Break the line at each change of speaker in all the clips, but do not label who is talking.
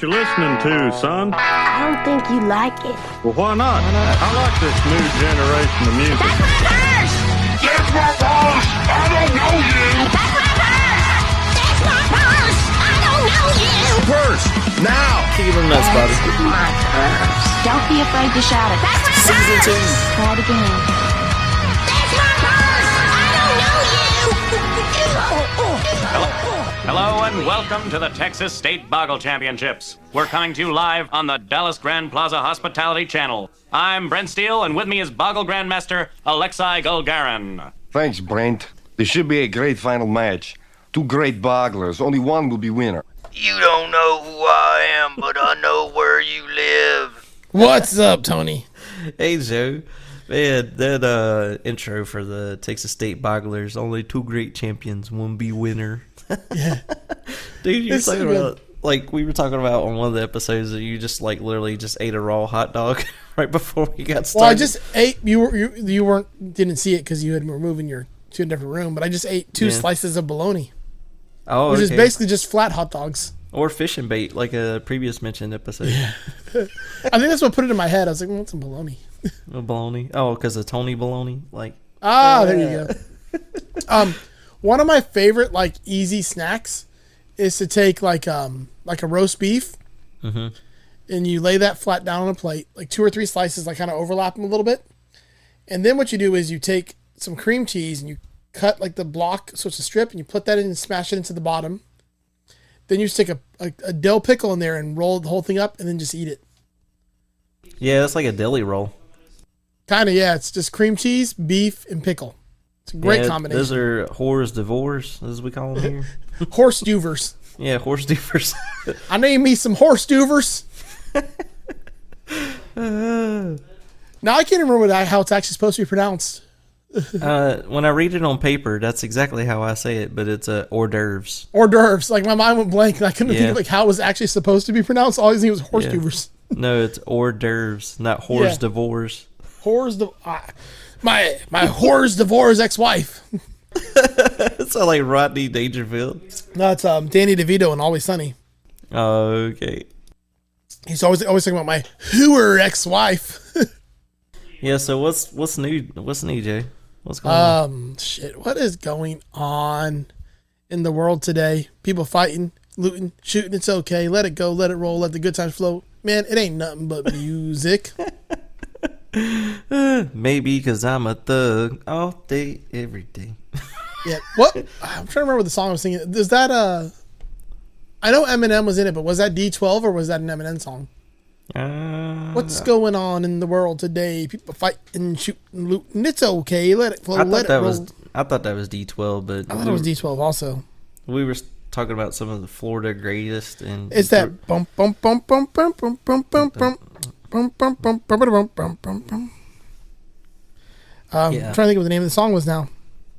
you're listening to, son.
I don't think you like it.
Well, why not? I like this new generation of music.
That's my purse. I don't know you. Purse now.
Give him nuts, Bobby.
Don't be afraid to shout it.
Season two.
Try it again.
Hello and welcome to the Texas State Boggle Championships. We're coming to you live on the Dallas Grand Plaza Hospitality Channel. I'm Brent Steele, and with me is Boggle Grandmaster Alexei Golgarin.
Thanks, Brent. This should be a great final match. Two great bogglers. Only one will be winner.
You don't know who I am, but I know where you live.
What's up, Tony?
Hey, Joe. Man, that uh, intro for the Texas State Bogglers. Only two great champions, one be winner. Dude, you're
It's so
talking
good.
about like we were talking about on one of the episodes that you just like literally just ate a raw hot dog right before we got started.
Well, I just ate. You were you, you weren't didn't see it because you had were moving your to a different room. But I just ate two
Yeah.
slices of bologna,
oh,
which is
okay.
basically just flat hot dogs.
or fishing bait, like a previous mentioned episode.
I think that's what put it in my head. I was like, "Well, it's some bologna."
Oh, Baloney. Oh, because of Tony Baloney. Like,
Ah, there you go. um, one of my favorite like easy snacks is to take like um like a roast beef,
Mm-hmm.
and you lay that flat down on a plate, like two or three slices, like kind of overlap them a little bit, and then what you do is you take some cream cheese and you cut like the block, so it's a strip, and you put that in and smash it into the bottom. Then you stick a, a, a dill pickle in there and roll the whole thing up, and then just eat it.
yeah, that's like a deli roll.
Kind of yeah, it's just cream cheese, beef, and pickle. It's a great
Yeah,
combination.
Those are whores divorce, as we call them here.
Horse duvers.
yeah, horse divorce.
I need me some horse doovers. now I can't even remember that- how it's actually supposed to be pronounced.
uh, when I read it on paper, that's exactly how I say it, but it's uh, hors d'oeuvres.
Hors d'oeuvres. Like my mind went blank, and I couldn't think
Yeah.
of like how it was actually supposed to be pronounced. All I knew was horse
Yeah.
doovers.
No, it's hors d'oeuvres, not whores
Yeah.
divorce.
Horse the my my horse divorce ex wife.
It's not like Rodney Dangerfield. Oh,
That's um Danny DeVito and Always Sunny.
Okay.
He's always always talking about my whoer ex wife.
Yeah. So what's what's new? What's new, Jay? What's going on?
Um, shit, what is going on in the world today? People fighting, looting, shooting. It's okay. Let it go. Let it roll. Let the good times flow. Man, it ain't nothing but music.
Maybe because I'm a thug all day, every day.
yeah. What? I'm trying to remember the song I was singing. Is that uh? I know Eminem was in it, but was that D12 or was that an Eminem song?
Uh,
What's going on in the world today? People fighting, shooting, looting. It's okay. Let it flow.
I
let
thought
it
that
roll.
was I thought that was D12, but
I thought
we,
it was
were-
D12 also.
we were talking about some of the Florida greatest and
It's that bum bum bum bum bum bum bum bum bum bum bum bum bum bum bum bum bum. Um,
Yeah.
trying to think of what the name of the song was now,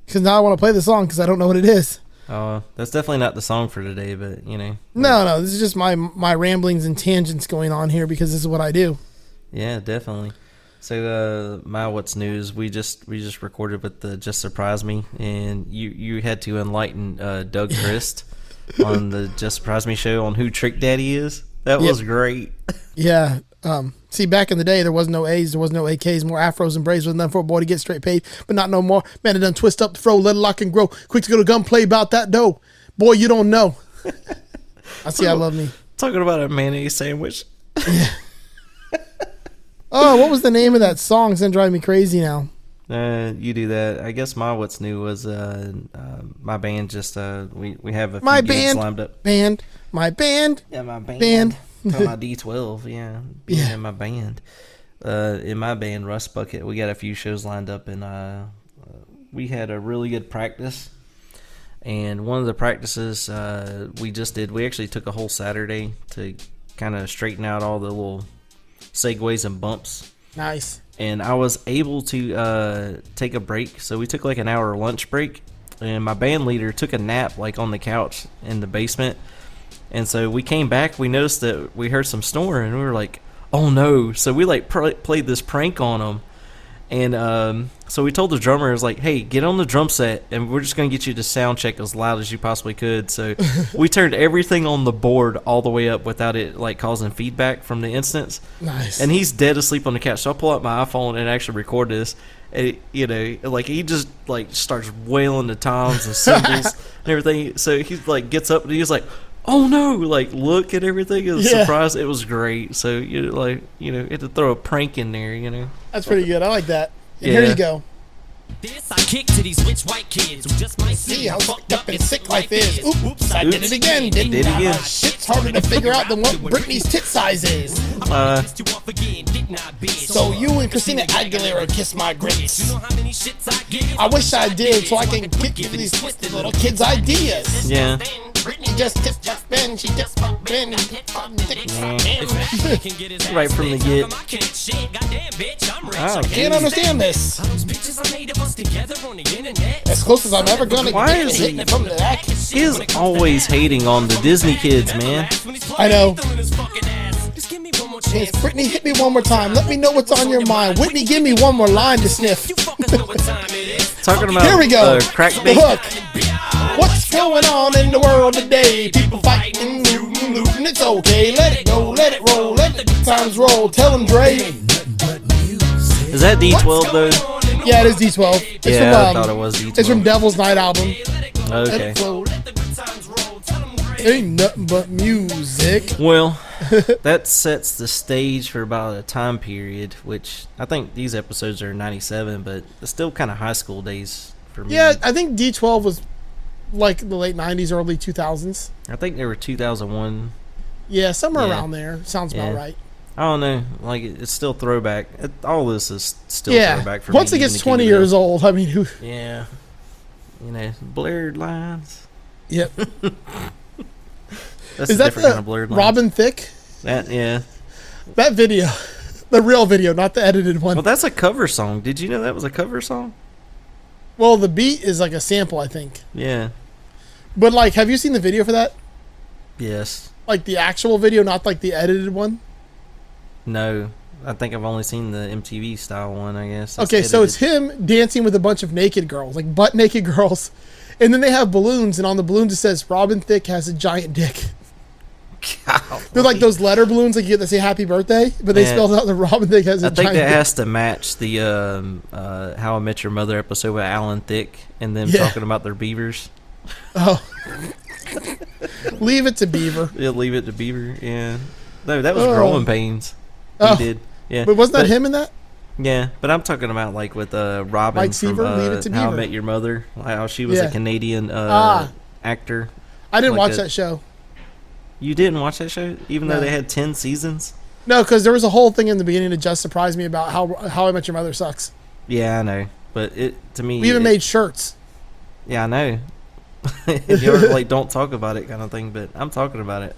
because now I want to play the song because I don't know what it is.
Uh, that's definitely not the song for today, but you know,
No, no, this is just my my ramblings and tangents going on here because this is what I do.
yeah, definitely. So uh, my what's news? We just we just recorded with the just surprise me, and you you had to enlighten uh, Doug Christ on the just surprise me show on who Trick Daddy is. That was great.
Yeah. Um, see, back in the day, there was no A's, there was no AKs, more afros and braids was nothing for a boy to get straight paid, but not no more. Man, it done twist up the fro, let it lock and grow. Quick to go to gun, play about that dough. Boy, you don't know. I see. I love me.
Talking about a mayonnaise sandwich.
Oh, what was the name of that song? It's gonna drive me crazy now.
Uh, you do that. I guess my what's new was uh, uh my band just uh we we have a few
My
gigs
band.
lined up.
Band, my band.
Yeah, my band.
Band.
Talking about D twelve, yeah. Being in my band. Uh, in my band, Rust Bucket, we got a few shows lined up and uh, uh, we had a really good practice. And one of the practices uh, we just did, we actually took a whole Saturday to kind of straighten out all the little segues and bumps
Nice.
and I was able to uh, take a break. So we took like an hour lunch break, and my band leader took a nap like on the couch in the basement. And so we came back. We noticed that we heard some snoring, and we were like, "Oh no!" So we like pr- played this prank on him, And um, so we told the drummer, I was like, hey, get on the drum set and we're just going to get you to sound check as loud as you possibly could. So we turned everything on the board all the way up without it like causing feedback from the instance.
Nice.
And he's dead asleep on the couch. So I pull out my iPhone and actually record this. And, it- you know, like he just like starts wailing the toms and cymbals and everything. So he like gets up and he's like, "Oh no!" Like look at everything. It was
Yeah.
surprised. It was great. So you know, like you know, you had to throw a prank in there. You know.
That's pretty good. I like that. And Here
Yeah.
you go.
This I kick to these rich white kids who just might
See how fucked up and sick life is. Oop, oops, I did it again, didn't
Did it
I?
again.
Shit's harder to figure out than what Britney's tit size is.
Uh,
So you and Christina Aguilera kiss my grits.
I wish I did, so I can kick
give
these twisted little
kids ideas.
yeah.
Britney just tips fuck Ben, she tips fuck Ben, and tips fuck dick suck him.
kids
Right from the get. Ah,
get.
Wow.
Can't understand this. As close as I'm ever gonna
Why
get
is
to
he-
hitting it from the back.
He is always hating on the Disney kids, man.
I know. Miss
It's
Britney, hit me one more time. Let me know what's on your mind. Whitney, give me one more line to sniff.
Talking about
Here we go.
Uh, crack
the
bait.
hook. What's going on in the world today? People fighting, looting, looting. It's okay. Let it go, let it roll, let the good times roll. Tell them Dre.
Is that D12 though?
Yeah, it is D12. It's
Yeah,
from, um,
I thought it was D12.
It's from Devil's Night album. Let
Okay.
it flow. Ain't nothing but music.
Well, that sets the stage for about a time period, which I think these episodes are 97, but it's still kind of high school days for me.
Yeah, I think D12 was like the late 90s, early 2000s.
I think they were 2001.
Yeah, somewhere
Yeah.
around there. Sounds about
Yeah.
right.
I don't know. Like, it- it's still throwback. It, all this is still
Yeah.
throwback for
Once
me.
it gets 20 years old, I mean, who?
Yeah. You know, blurred lines.
Yep.
That's
Is
a
that
different
the
kind of blurred lines.
Robin Thicke?
That, yeah.
That video, the real video, not the edited one.
Well,
Well,
that's a cover song. Did you know that was a cover song?
the beat is like a sample, I think.
Yeah.
But like, have you seen the video for that?
Yes.
Like the actual video, not like the edited one.
No. I think I've only seen the MTV style one, I guess. That's
Okay, so it's
edited.
him dancing with a bunch of naked girls, like butt naked girls, and then they have balloons, and on the balloons it says Robin Thicke has a giant dick. They're like those letter balloons, like you get to say "Happy Birthday," but they
Man.
spelled out the Robin Thicke has a
I think
giant
that
dick.
has to match the um, uh, How I Met Your Mother episode with Alan Thicke and them
Yeah.
talking about their beavers.
Oh. Leave it to Beaver.
Yeah, leave it to Beaver. Yeah. No, that was
Oh.
Growing Pains. He
Oh.
did. Yeah.
But wasn't that him in that?
Yeah, but I'm talking about like with uh, Robin
Mike
from
Seaver, Leave
uh,
It to
How I
Beaver.
Met Your Mother. How she was
Yeah.
a Canadian uh,
Ah.
actor.
I didn't
Like
watch
a-
that show.
You didn't watch that show, even
No.
though they had ten seasons.
No, because there was a whole thing in the beginning that just surprised me about how How I Met Your Mother sucks.
Yeah, I know. But it to me,
We even
it-
made shirts.
Yeah, I know. You're like, don't talk about it, kind of thing. But I'm talking about it.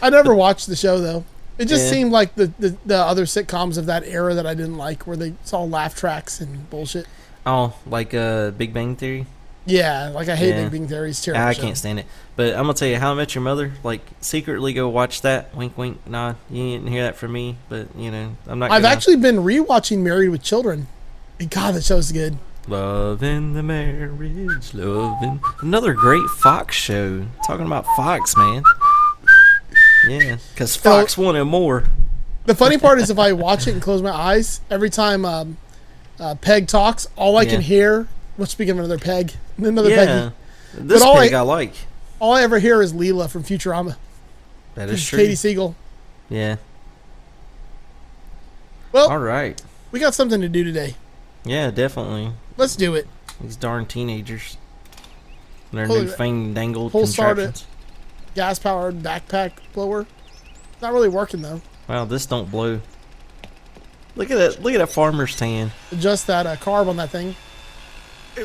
I never watched the show though. It just
Yeah.
seemed like the, the, the other sitcoms of that era that I didn't like, where they saw laugh tracks and bullshit.
Oh, like uh, Big Bang Theory.
Yeah, like I hate
Yeah.
Big Bang Theory's terrible.
Ah, I
show.
can't stand it. But I'm gonna tell you how I met your mother. Like secretly, go watch that. Wink, wink. Nah, you didn't hear that from me. But you know, I'm not.
I've
gonna-
actually been rewatching Married with Children. And God, that show's good.
loving the marriage, loving another great Fox show. Talking about Fox, man. Yeah, because Fox wanted more.
The funny part is, if I watch it and close my eyes, every time um, uh, Peg talks, all I can
Yeah.
hear. Well, speaking of another Peg, another
Yeah,
Peggy.
this
But all
pig
I-
I like.
All I ever hear is Leela from Futurama.
That is
This is
true.
Katie Siegel.
Yeah.
Well,
All right.
we got something to do today.
Yeah, definitely.
Let's do it.
These darn teenagers. And Their
Holy
new
crap.
fandangled
Whole started-
contraptions.
Gas powered backpack blower. Not really working though.
Wow, this don't blow. Look at that! Look at that farmer's tan.
Adjust that uh, carb on that thing.
Wait a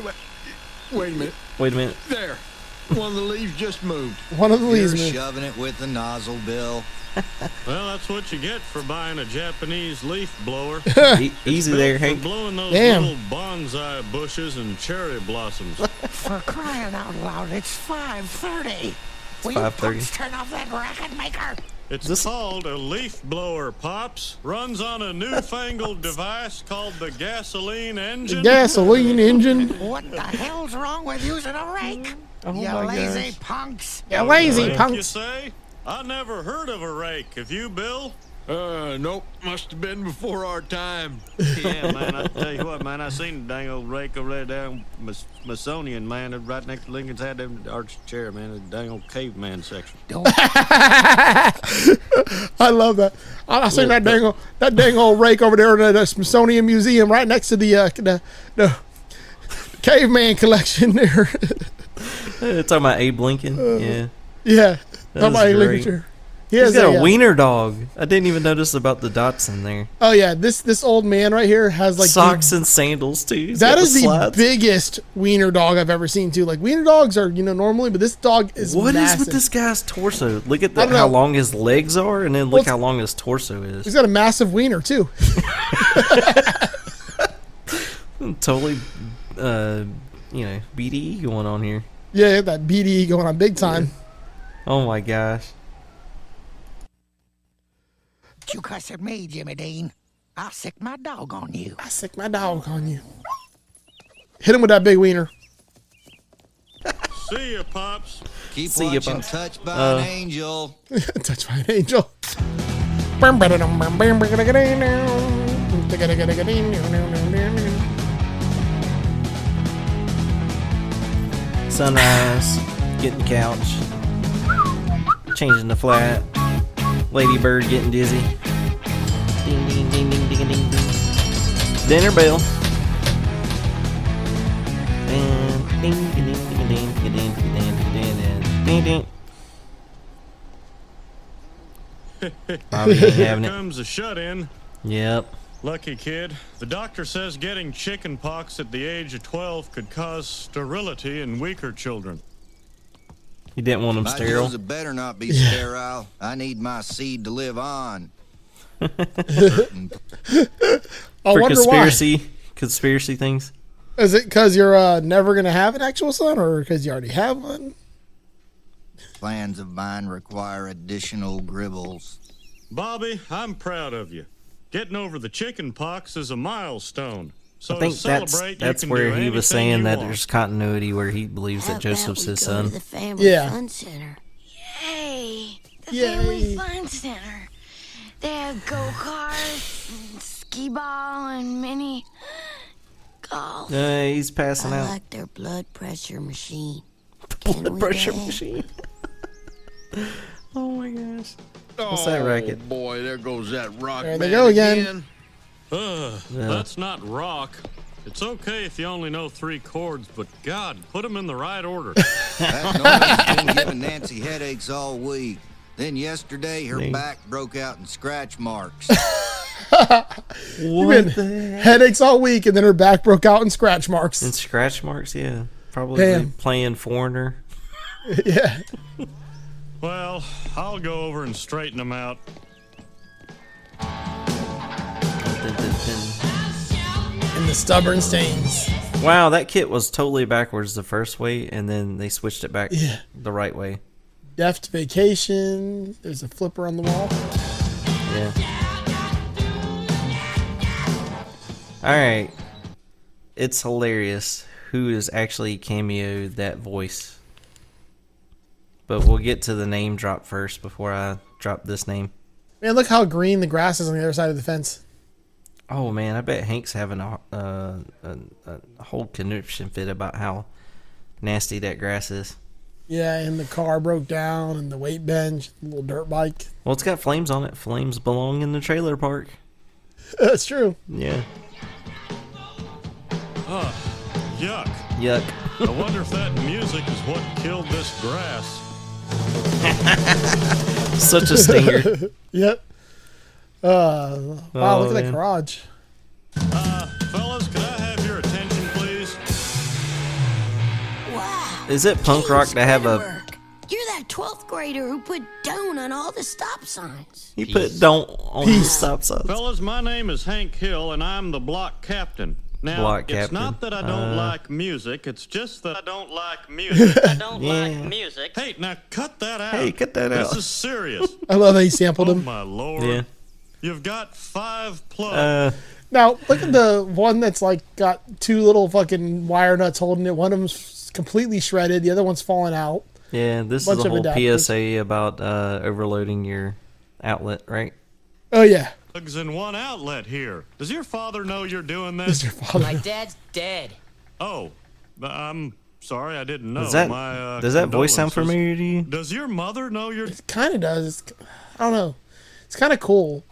minute.
Wait a minute.
There. One of the leaves just moved.
One of the
You're
leaves. moved.
shoving it with the nozzle, Bill.
Well, that's what you get for buying a Japanese leaf blower.
E- easy there,
Built For
Hank.
blowing those
Damn.
little bonsai bushes and cherry blossoms.
For crying out loud, it's 5.30. Will you
5:30.
please turn off that racket maker?
It's called a leaf blower, Pops. Runs on a newfangled device called the gasoline engine.
Gasoline engine.
What the hell's wrong with using a rake? you
my
lazy
gosh.
punks.
You lazy
Rake, You
punks.
say? I never heard of a rake. Have you, Bill?
Uh, nope. Must have been before our time.
yeah, man. I tell you what, man. I seen the dang old rake over there down Mas- Masonian, man. it- Right next to Lincoln's had them arch chair, man. The dang old caveman section.
I love that. I, I seen that dang old, that dang old rake over there in the Smithsonian Museum, right next to the uh, the, the caveman collection there.
Uh, talking about Abe Lincoln.
Uh,
yeah.
yeah,
That
Talking
was
about Abe Lincoln
great.
chair. He
He's
has
got a
uh,
wiener dog. I didn't even notice about the dots in there.
Oh yeah, this this old man right here has like the
Socks and sandals too. He's
That
got
is the
slides.
biggest wiener dog I've ever seen too. Like wiener dogs are, you know, normally, but this dog is
What is
massive.
with this guy's torso? Look at
I
the,
don't
how
know.
long his legs are, and then
Well,
look
it's-
how long his torso is.
He's got a massive wiener too.
Totally, uh, you know, BDE going on here.
yeah, yeah, that BDE going on big time.
Oh my gosh.
You cuss at me, Jimmy Dean. I'll sick my dog on you.
I sick my dog on you. Hit him with that big wiener.
See ya, Pops.
Keep
See ya,
watching
boss.
Touched by
Uh,
an Angel.
Touch my angel. Bam, ba-da-dum, bam, bam, ba-da-ga-da-dum. Da-ga-da-ga-da-ga-dum.
Sunrise, getting couch, changing the flat, ladybird getting dizzy. Ding ding ding ding ding ding ding. Dinner bell. Ding ding ding ding ding ding ding ding ding ding. Bobby ain't
Here
having it.
comes the shut-in.
Yep.
Lucky kid. The doctor says getting chicken pox at the age of 12 could cause sterility in weaker children.
He didn't want him
My
sterile.
Joseph better not be sterile. I need my seed to live on.
I
For
wonder
conspiracy conspiracy things.
why. Is it because you're uh, never gonna have an actual son, or because you already have one?
Plans of mine require additional gribbles.
Bobby, I'm proud of you. Getting over the chicken pox is a milestone. So
I think
to
that's
celebrate,
that's
you can
where
do
he
anything
was saying
you
that
want.
there's continuity where he believes that Joseph's his son.
The family
Yeah.
Fun Center. Yay! The
Yay.
Family Fun Center. They have go karts, and skee ball, and mini golf.
Uh, he's passing
I
out.
like their blood pressure machine.
blood pressure
Dad?
machine. oh my gosh.
What's
Oh.
that racket?
Boy, there goes that rock.
There they
band
go again.
Ugh,
uh,
that's not rock. It's okay if you only know three chords, but God, put them in the right order.
That noise has been giving Nancy headaches all week. Then yesterday, her
Me.
back broke out in scratch marks.
You've been headaches all week, and then her back broke out in scratch marks.
And scratch marks, yeah. Probably
Damn.
playing foreigner.
yeah.
well, I'll go over and straighten them out.
Dun, dun, dun.
And the stubborn stains.
Wow, that kit was totally backwards the first way, and then they switched it back
Yeah.
the right way.
Deft vacation. There's a flipper on the wall.
Yeah. All right. It's hilarious who is actually cameoed that voice. But we'll get to the name drop first before I drop this name.
Man, look how green the grass is on the other side of the fence.
Oh man, I bet Hank's having a uh, a, a whole conniption fit about how nasty that grass is.
Yeah, and the car broke down, and the weight bench, the little dirt bike.
Well, it's got flames on it. Flames belong in the trailer park.
That's true.
Yeah.
Yuck.
Yuck.
I wonder if that music is what killed this grass.
Such a stinger.
Yep. Uh, wow,
Oh,
look at that
man.
garage.
Fellas, could I have your attention, please?
Wow.
Is it punk rock to have a?
You're that 12th grader who put down on all the stop signs.
He put don't on the stop signs.
Fellas, my name is Hank Hill, and I'm the block captain. Now,
block
it's
captain.
not that I don't
Uh,
like music. It's just that I don't like music. I don't
like
music. Hey, now cut that out.
Hey, cut that out.
This is serious. Oh,
I love how he sampled
Oh
him.
My lord.
Yeah.
You've got five plugs.
Now look at the one that's like got two little fucking wire nuts holding it. One of them's completely shredded. The other one's falling out.
Yeah, this
Bunch
is a
of
whole
adapters.
PSA about uh, overloading your outlet, right?
Oh yeah.
plugs
Uh.
in one outlet here. Does your father know you're doing this?
My dad's dead.
Oh, but I'm sorry, I didn't know.
Does that
My, uh,
does that voice sound
condolences.
familiar to you?
Does your mother know you're?
Kind of does. It's, I don't know. It's kind of cool.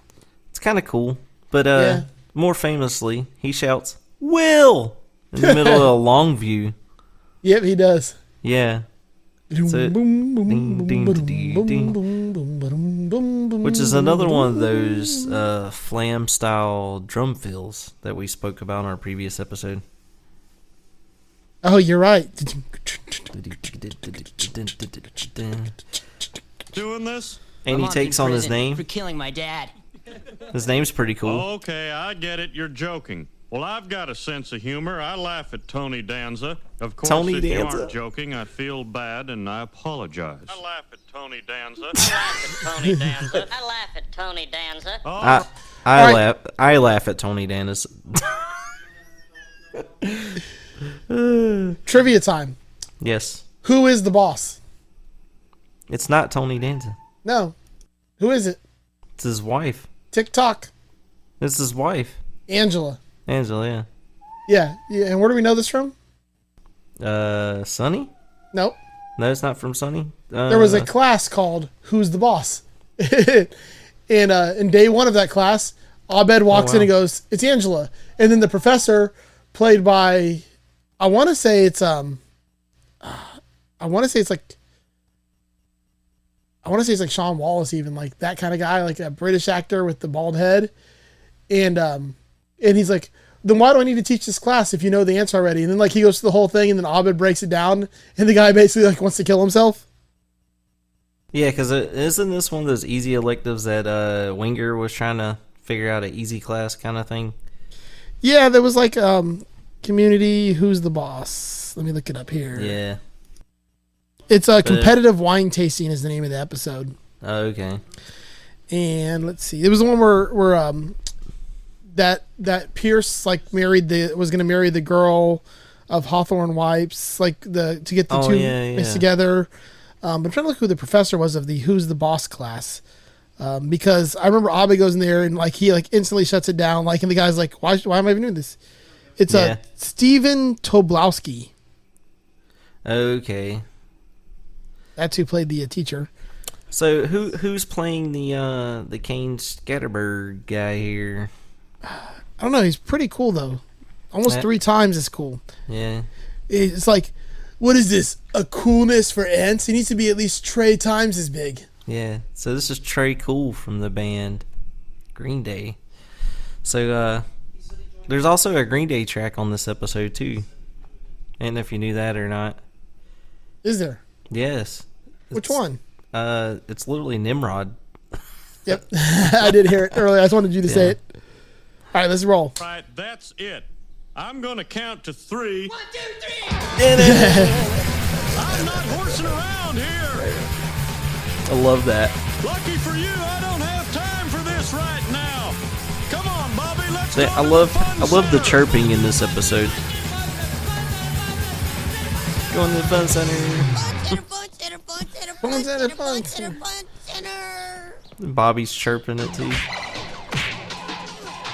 It's kind of cool, but uh,
Yeah.
more famously, he shouts "Will" in the middle of a long view.
Yep, he does.
Yeah, That's it. Ding, ding, ding, ding, ding. which is another one of those uh, flam style drum fills that we spoke about in our previous episode.
Oh, you're right.
doing this?
And he
My mom's in
takes on his
prison
name.
for killing my dad.
His name's pretty cool.
Okay, I get it. You're joking. Well, I've got a sense of humor. I laugh at Tony Danza. Of course,
Tony
if
Danza?
you aren't joking, I feel bad and I apologize. I laugh at Tony Danza.
Tony Danza. I laugh at Tony Danza.
I I laugh I laugh at Tony Dennis.
Trivia time.
yes,
Who is the boss?
it's not Tony Danza.
No. Who is it?
It's his wife.
TikTok.
It's his wife,
Angela.
Angela.
Yeah. Yeah. And where do we know this from?
Yeah. Uh, Sonny?
Nope.
No, it's not from Sonny. Uh,
there was a class called "Who's the Boss," and uh, in day one of that class, Abed walks in
wow.
and goes, "It's Angela," and then the professor, played by, I want to say it's um, ah, I want to say it's like, I want to say it's like Sean Wallace, even like that kind of guy, like a British actor with the bald head, and um, and he's like. Then why do I need to teach this class if you know the answer already? And then like he goes through the whole thing, and then Abed breaks it down, and the guy basically like wants to kill himself.
yeah, because isn't this one of those easy electives that uh, Winger was trying to figure out an easy class kind of thing?
Yeah, there was like um community who's the boss. Let me look it up here.
Yeah.
It's a uh,
But-
competitive wine tasting is the name of the episode.
Oh, okay.
And let's see. It was the one where where um that that Pierce like married the was going to marry the girl of Hawthorne Wipes like the to get the
Oh,
two
yeah,
mixed
yeah.
together. Um, I'm trying to look who the professor was of the Who's the Boss class. Um, because I remember Abe goes in there and like he like instantly shuts it down. Like and the guy's like, why why am I even doing this? It's a
Yeah.
uh, Steven Toblowski.
Okay.
That's who played the uh, teacher.
So who who's playing the uh the Kane Scatterbird guy here?
I don't know. He's pretty cool though. Almost
Yeah.
three times as cool.
Yeah.
It's like, what is this? A coolness for ants? He needs to be at least three times as big.
Yeah. So this is Trey Cool from the band Green Day. So uh there's also a Green Day track on this episode too. I don't know if you knew that or not.
Is there?
Yes.
Which
It's-
one?
Uh it's literally Nimrod.
Yep. I did hear it earlier. I just wanted you to say
Yeah.
it. All right, let's roll.
right, that's it. I'm gonna count to three. One, two, three. I'm not horsing around here.
I love that.
Lucky for you, I don't have time for this right now. Come on, Bobby, let's
They-
go.
I love I love the chirping in this episode. Going to the fun center.
Fun center, fun center.
Bobby's chirping it too.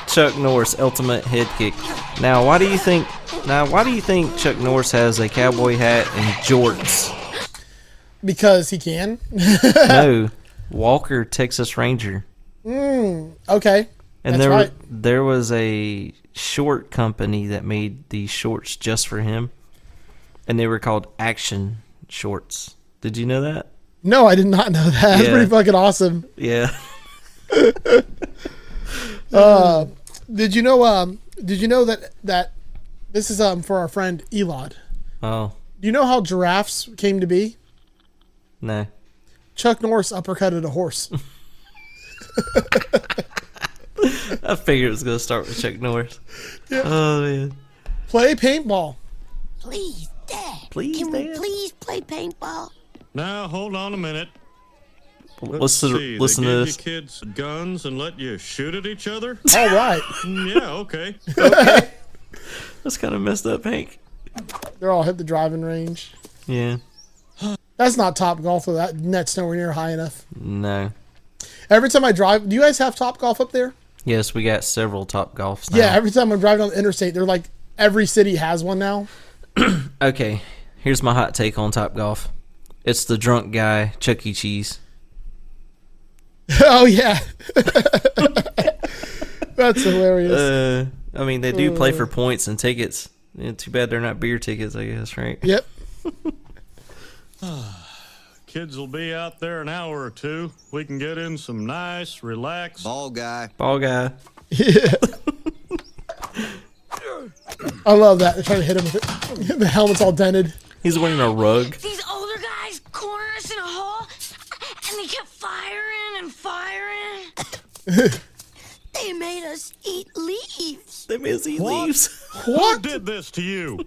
Chuck Norris ultimate head kick. Now, why do you think? Now, why do you think Chuck Norris has a cowboy hat and jorts?
Because he can.
no, Walker Texas Ranger.
Mm, okay.
And
That's
there,
right.
there was a short company that made these shorts just for him, and they were called Action Shorts. Did you know that?
No, I did not know that. That's
Yeah.
pretty fucking awesome.
Yeah.
Uh, did you know? Um, did you know that that this is um for our friend Elod?
Oh
Do you know how giraffes came to be?
no.
Chuck Norris uppercutted a horse.
I figured it was gonna start with Chuck Norris.
Yeah.
Oh man.
Play paintball.
Please, Dad.
Please,
Can we
Dad.
please play paintball?
Now hold on a minute.
Let's
Let's
listen-
see,
listen
they
to
gave
this.
You kids guns and let you shoot at each other. Mm,
All right.
yeah. Okay.
That's kind of messed up, Hank.
They're all hit the driving range.
Yeah.
That's not top golf though. That net's nowhere near high enough.
No.
Every time I drive, do you guys have top golf up there?
Yes, we got several top golfs now.
Yeah. Every time I'm driving on the interstate, they're like every city has one now.
Okay, here's my hot take on Top Golf. It's the drunk guy, Chuck E. Cheese.
oh yeah. That's hilarious.
Uh, I mean, they do play
Uh.
for points and tickets. Yeah, too bad they're not beer tickets, I guess, right?
Yep.
Kids will be out there an hour or two. We can get in some nice, relaxed
ball guy.
Ball guy.
I love that. They're trying to hit him with it. The helmet's all dented.
He's wearing a rug.
These older guys cornered us in a hole, and they kept firing and firing.
They made us eat leaves.
They made us eat
What?
leaves.
Who did this to you?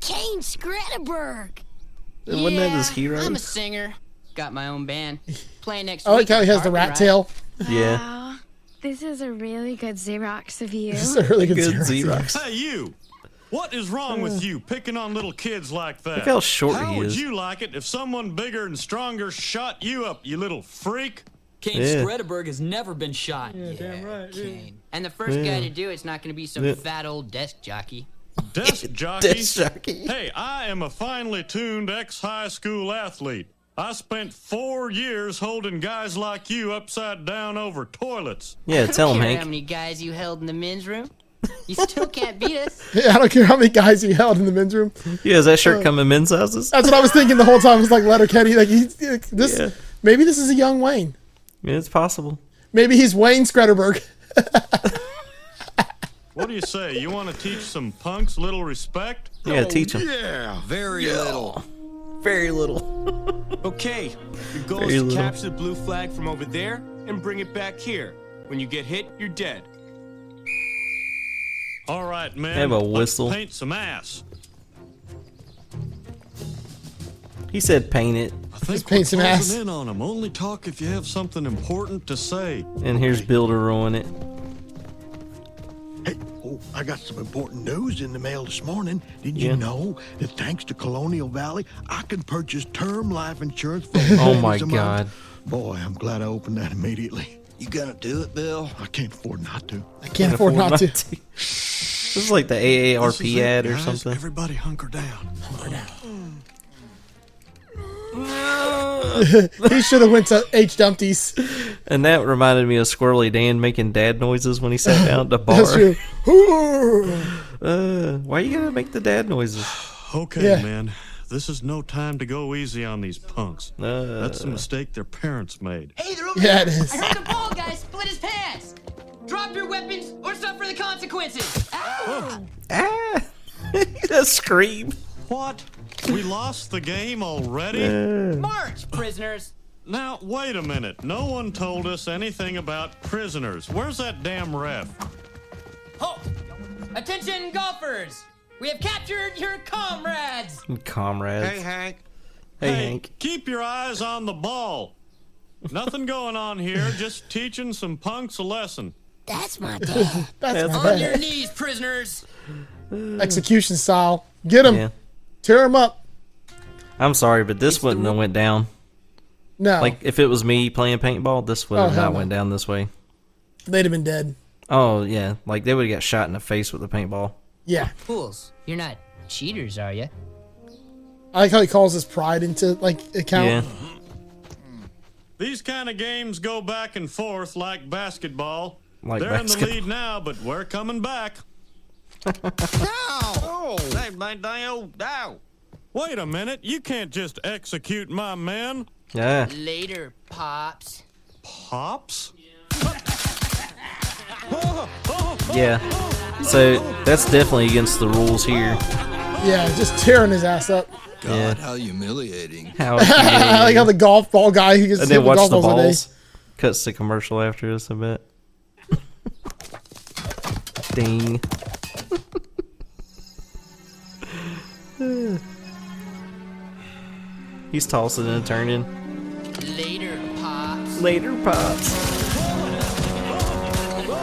Kane Scrattenberg.
Wasn't that his hero?
I'm a singer. Got my own band. Play next
Oh.
I like
week.
how he
at
has the
Park and
rat
Ride.
tail.
Yeah.
This is a really good Xerox of you.
This is a really good,
Good
Xerox.
Hey, you! What is wrong with
Uh.
you picking on little kids like that?
Look how short
How
he
would
is.
you like it if someone bigger and stronger shot you up, you little freak?
Kane
Yeah.
Spredeberg has never been shot.
damn right.
And the first
Yeah.
guy to do it's not going to be some
Yeah.
fat old desk jockey.
Desk jockey.
Desk jockey.
Hey, I am a finely tuned ex high school athlete. I spent four years holding guys like you upside down over toilets.
Yeah, tell him,
Care
Hank.
How many guys you held in the men's room? You still can't beat us.
Yeah, I don't care how many guys he held in the men's room.
Yeah, does that shirt
Uh,
come in men's sizes?
That's what I was thinking the whole time. It was like Letterkenny. Like he's like, this.
Yeah.
Maybe this is a young Wayne.
Yeah, it's possible.
Maybe he's Wayne Scretterberg.
What do you say? You want to teach some punks little respect?
Yeah, teach 'em.
Yeah,
very little.
Very little.
Okay, your goal
Very
is to
little.
capture the blue flag from over there and bring it back here. When you get hit, you're dead.
All right, man.
They have a
Let's
whistle.
paint some ass.
He said paint it.
I think
paint some
closing
ass.
in on 'em. Only talk if you have something important to say.
And here's Builder ruin it.
Oh, I got some important news in the mail this morning. Did you
Yeah.
know that thanks to Colonial Valley, I can purchase term life insurance for
Oh my
$100 a month?
god.
Boy, I'm glad I opened that immediately.
You gonna do it, Bill?
I can't afford not to.
I can't afford not to.
This is like the AARP ad or something.
Everybody hunker down.
he should have went to H Dumpty's.
And that reminded me of Squirrely Dan making dad noises when he sat down at the bar.
That's true. Hoo!
Uh, why you gotta make the dad noises?
Okay,
Yeah.
man. This is no time to go easy on these punks.
Uh.
That's a mistake their parents made.
Hey, they're over
Yeah,
there.
it is.
I heard the ball guy split his pants. Drop your weapons or suffer the consequences. Ow!
Ah! that scream.
What? We lost the game already?
March, prisoners.
Now, wait a minute. No one told us anything about prisoners. Where's that damn ref?
Halt! Attention, golfers. We have captured your comrades.
Comrades.
Hank.
Hey, Hank.
Keep your eyes on the ball. Nothing going on here, just teaching some punks a lesson.
That's my dad.
That's my
On
bad.
your knees, prisoners.
Execution style. Get him.
Yeah.
Tear him up.
I'm sorry, but this wouldn't have went down.
No,
Like if it was me playing paintball, this would
Oh,
have
hell
not
no.
went down this way.
they'd have been dead.
Oh yeah, like they would have got shot in the face with the paintball.
Yeah.
Fools, you're not cheaters, are you?
I like how he calls his pride into like account.
Yeah.
These kind of games go back and forth like basketball.
Like
They're in
basketball.
the lead now, but we're coming back.
No! Save my damn no!
Wait a minute, you can't just execute my man.
Yeah.
Later, pops.
Pops?
Yeah. So that's definitely against the rules here.
Yeah, just tearing his ass up.
God, how humiliating.
How
I like how the golf ball guy who gets
and
hit
then
with golf
watch the
balls all day.
balls. Cuts to commercial after this a bit. Ding. He's tossing and turning.
Later, Pops.
Later, Pops.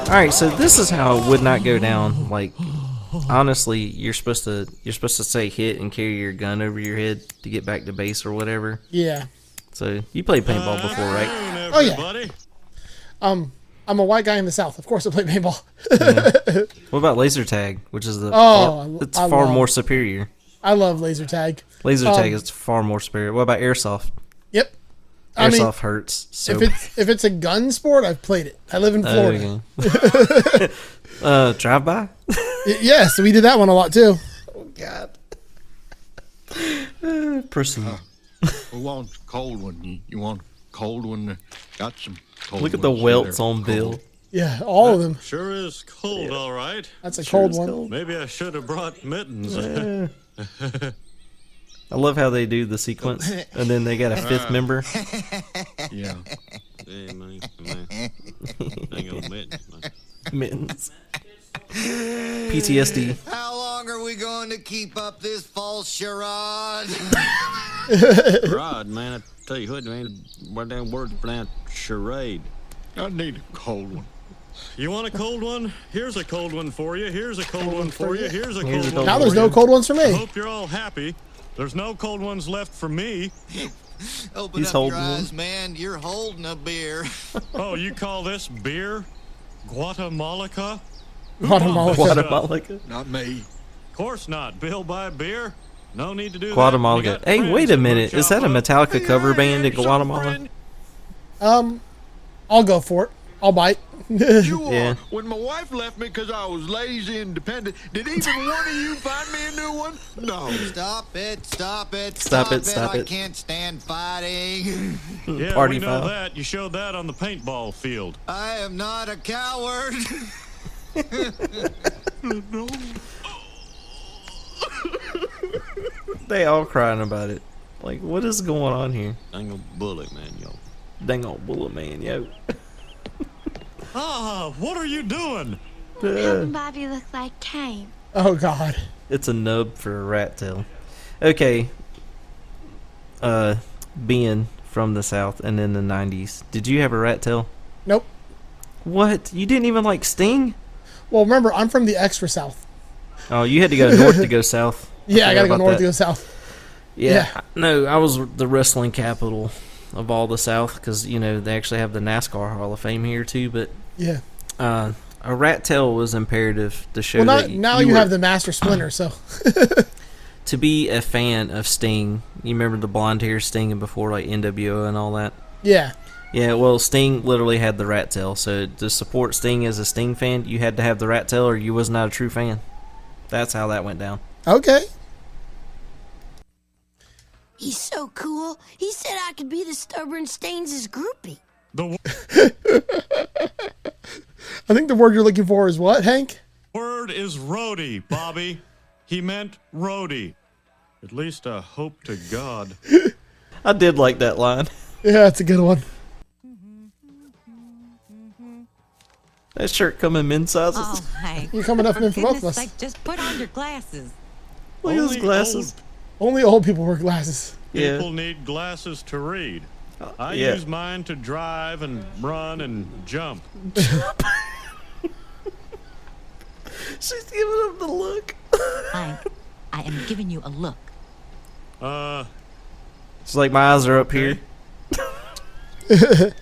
Alright, so this is how it would not go down. Like honestly, you're supposed to you're supposed to say hit and carry your gun over your head to get back to base or whatever.
Yeah.
So you played paintball before, right?
Oh yeah. Um, I'm a white guy in the South. Of course, I play paintball.
What about laser tag, which is the
Oh,
far,
I-
it's
I
far
love-
more superior.
I love laser tag.
Laser
Um,
tag is far more superior. What about airsoft?
Yep.
Airsoft
I mean,
hurts. So
if it's if it's a gun sport, I've played it. I live in
Oh,
Florida.
okay. uh, drive by.
Y- yes, we did that one a lot too.
Oh God. Proceed.
We want a cold one. You want a cold one? uh, Got some cold
Look at the
ones in
welts
there.
on Bill.
Yeah, all of them.
Sure is cold, all right.
That's a Sure cold is one. cold.
Maybe I should have brought mittens.
Yeah. I love how they do the sequence, and then they got a fifth
Ah.
member.
Yeah.
Hey, man, man. Dang old mittens, man.
Mittens. PTSD.
How long are we going to keep up this false charade?
Rod, man, I tell you what, man, what damn word's pronounced charade. I need a cold one. You want a cold one? Here's a cold one for you. Here's a cold one for you. Here's a cold
Here's a
one.
cold Now there's
for
no
you.
cold ones for me.
I hope you're all happy. There's no cold ones left for me.
Open
He's
up
holding
your
one.
eyes, man. You're holding a beer.
Oh, you call this beer? Guatamalica?
Guatamala.
Not me.
Of course not. Bill buy beer? No need to do that.
Guatemala. Hey, wait a minute. Is that a Metallica cover band in Guatemala?
Um, I'll go for it. I'll bite.
Yeah.
When my wife left me because I was lazy and dependent, did even one of you find me a new one? No.
Stop it, stop it,
Stop it, stop
I
it.
can't stand fighting.
Yeah,
Party
we know
foul.
that. You showed that on the paintball field.
I am not a coward. no.
They all crying about it. Like, what is going on here?
Dang old bullet, man, yo.
Dang old bullet man, yo.
Ah, what are you doing?
Helping Bobby look like Kane.
Oh God.
It's a nub for a rat tail. Okay. Uh, being from the South and in the 90s, did you have a rat tail?
Nope.
What? You didn't even like Sting?
Well, remember, I'm from the extra South.
Oh, you had to go north to go south.
Yeah, I gotta
forgot
go
about
north
that.
to go south.
Yeah. No, I was the wrestling capital of all the South because, you know, they actually have the NASCAR Hall of Fame here, too. But
Yeah.
uh, a rat tail was imperative to show
Well, now,
that y-
now you,
were-
have the Master Splinter, so
To be a fan of Sting, you remember the blonde hair Sting and before, like NWO and all that?
yeah.
Yeah, well, Sting literally had the rat tail. So to support Sting as a Sting fan, you had to have the rat tail or you was not a true fan. That's how that went down.
Okay.
He's so cool. He said I could be the stubborn Staines' groupie.
The
I think the word you're looking for is what, Hank?
word is roadie, Bobby. he meant roadie. At least I hope to God.
I did like that line.
Yeah, it's a good one.
That shirt come in men's sizes.
Uh,
Oh, Hank.
You're coming up
for
in for both of
goodness
us.
sake, just put on your glasses.
Look at those glasses.
Only old people wear glasses.
Yeah.
People need glasses to read. I
yeah.
use mine to drive and run and jump.
She's giving him the look.
Hank, I am giving you a look.
Uh,
It's like my eyes are up here.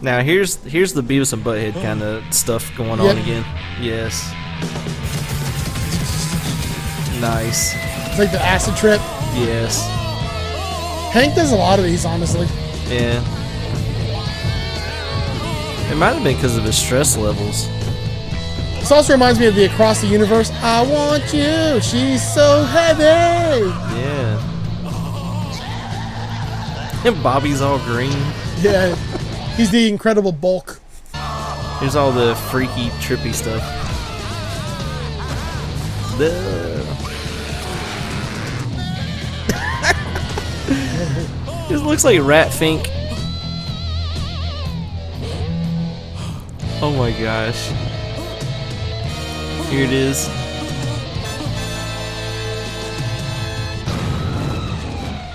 now here's here's the Beavis and Butthead kind of stuff going
Yep.
on again. Yes. Nice.
It's like the acid trip.
Yes.
Hank does a lot of these, honestly.
Yeah. It might have been because of his stress levels.
This also reminds me of the Across the Universe. I want you. She's so heavy.
Yeah. And Bobby's all green.
Yeah. He's the incredible bulk.
Here's all the freaky, trippy stuff. The... this looks like Rat Fink. Oh my gosh. Here it is.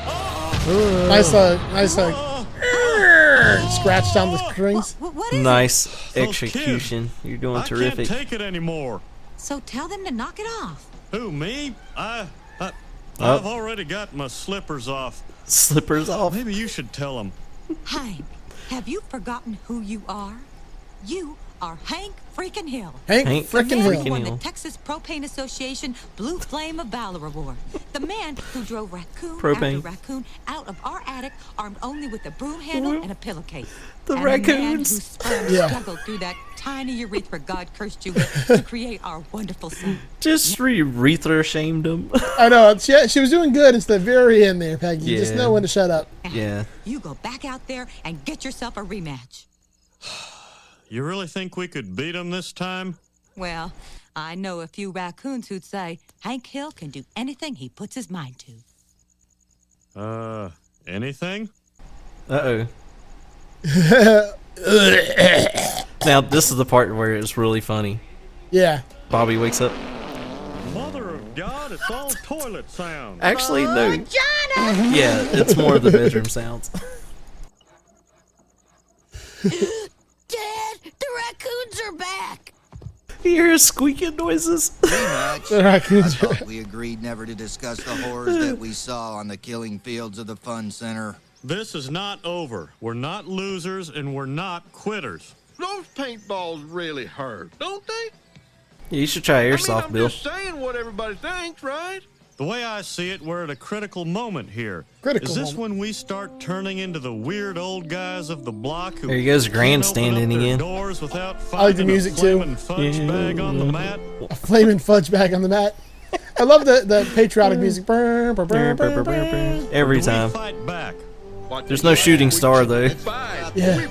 Nice, uh, nice, uh, scratch down the strings.
Nice execution. You're doing
I
terrific.
can't take it anymore.
So tell them to knock it off.
Who me? I, I
Oh.
I've already got my slippers off.
Slippers off.
Maybe you should tell them.
Hank, have you forgotten who you are? You are Hank freaking Hill.
Hank Hank frickin'
the man
Hill.
Who won
Frickin' Hill.
the Texas Propane Association Blue Flame of Valor Award. The man who drove raccoon
Propane.
after raccoon out of our attic, armed only with a broom handle and a pillowcase.
The
and The man who
raccoons.
sperm
Yeah.
struggled through that tiny urethra God cursed you with to create our wonderful son.
Just re Reether shamed him.
I know. She, she was doing good. It's the very end there, Peggy. You Just
Yeah.
know when to shut up.
yeah.
You go back out there and get yourself a rematch.
You really think we could beat them this time?
Well, I know a few raccoons who'd say Hank Hill can do anything he puts his mind to.
Uh, anything?
Uh oh. now this is the part where it's really funny.
Yeah.
Bobby wakes up.
Mother of God, it's all toilet sound.
Actually, no. Yeah, it's more of the bedroom sounds.
Dad, the raccoons are back.
You hear squeaking noises.
Pretty much. I thought we agreed never to discuss the horrors that we saw on the killing fields of the fun center.
This is not over. We're not losers and we're not quitters.
Those paintballs really hurt, don't they?
Yeah, you should try
I mean,
airsoft,
I'm
Bill.
just saying what everybody thinks, right?
The way I see it, we're at a critical moment here.
Critical
Is this when we start turning into the weird old guys of the block who
There he goes,
can't open up
grandstanding
their
again.
doors
I
without
like the
finding a
music, too.
flaming fudge bag on the mat?
A flaming fudge bag on the mat. I love the, the patriotic music. Brr, brr, brr, brr, brr.
Every time. There's no shooting star though.
Yeah.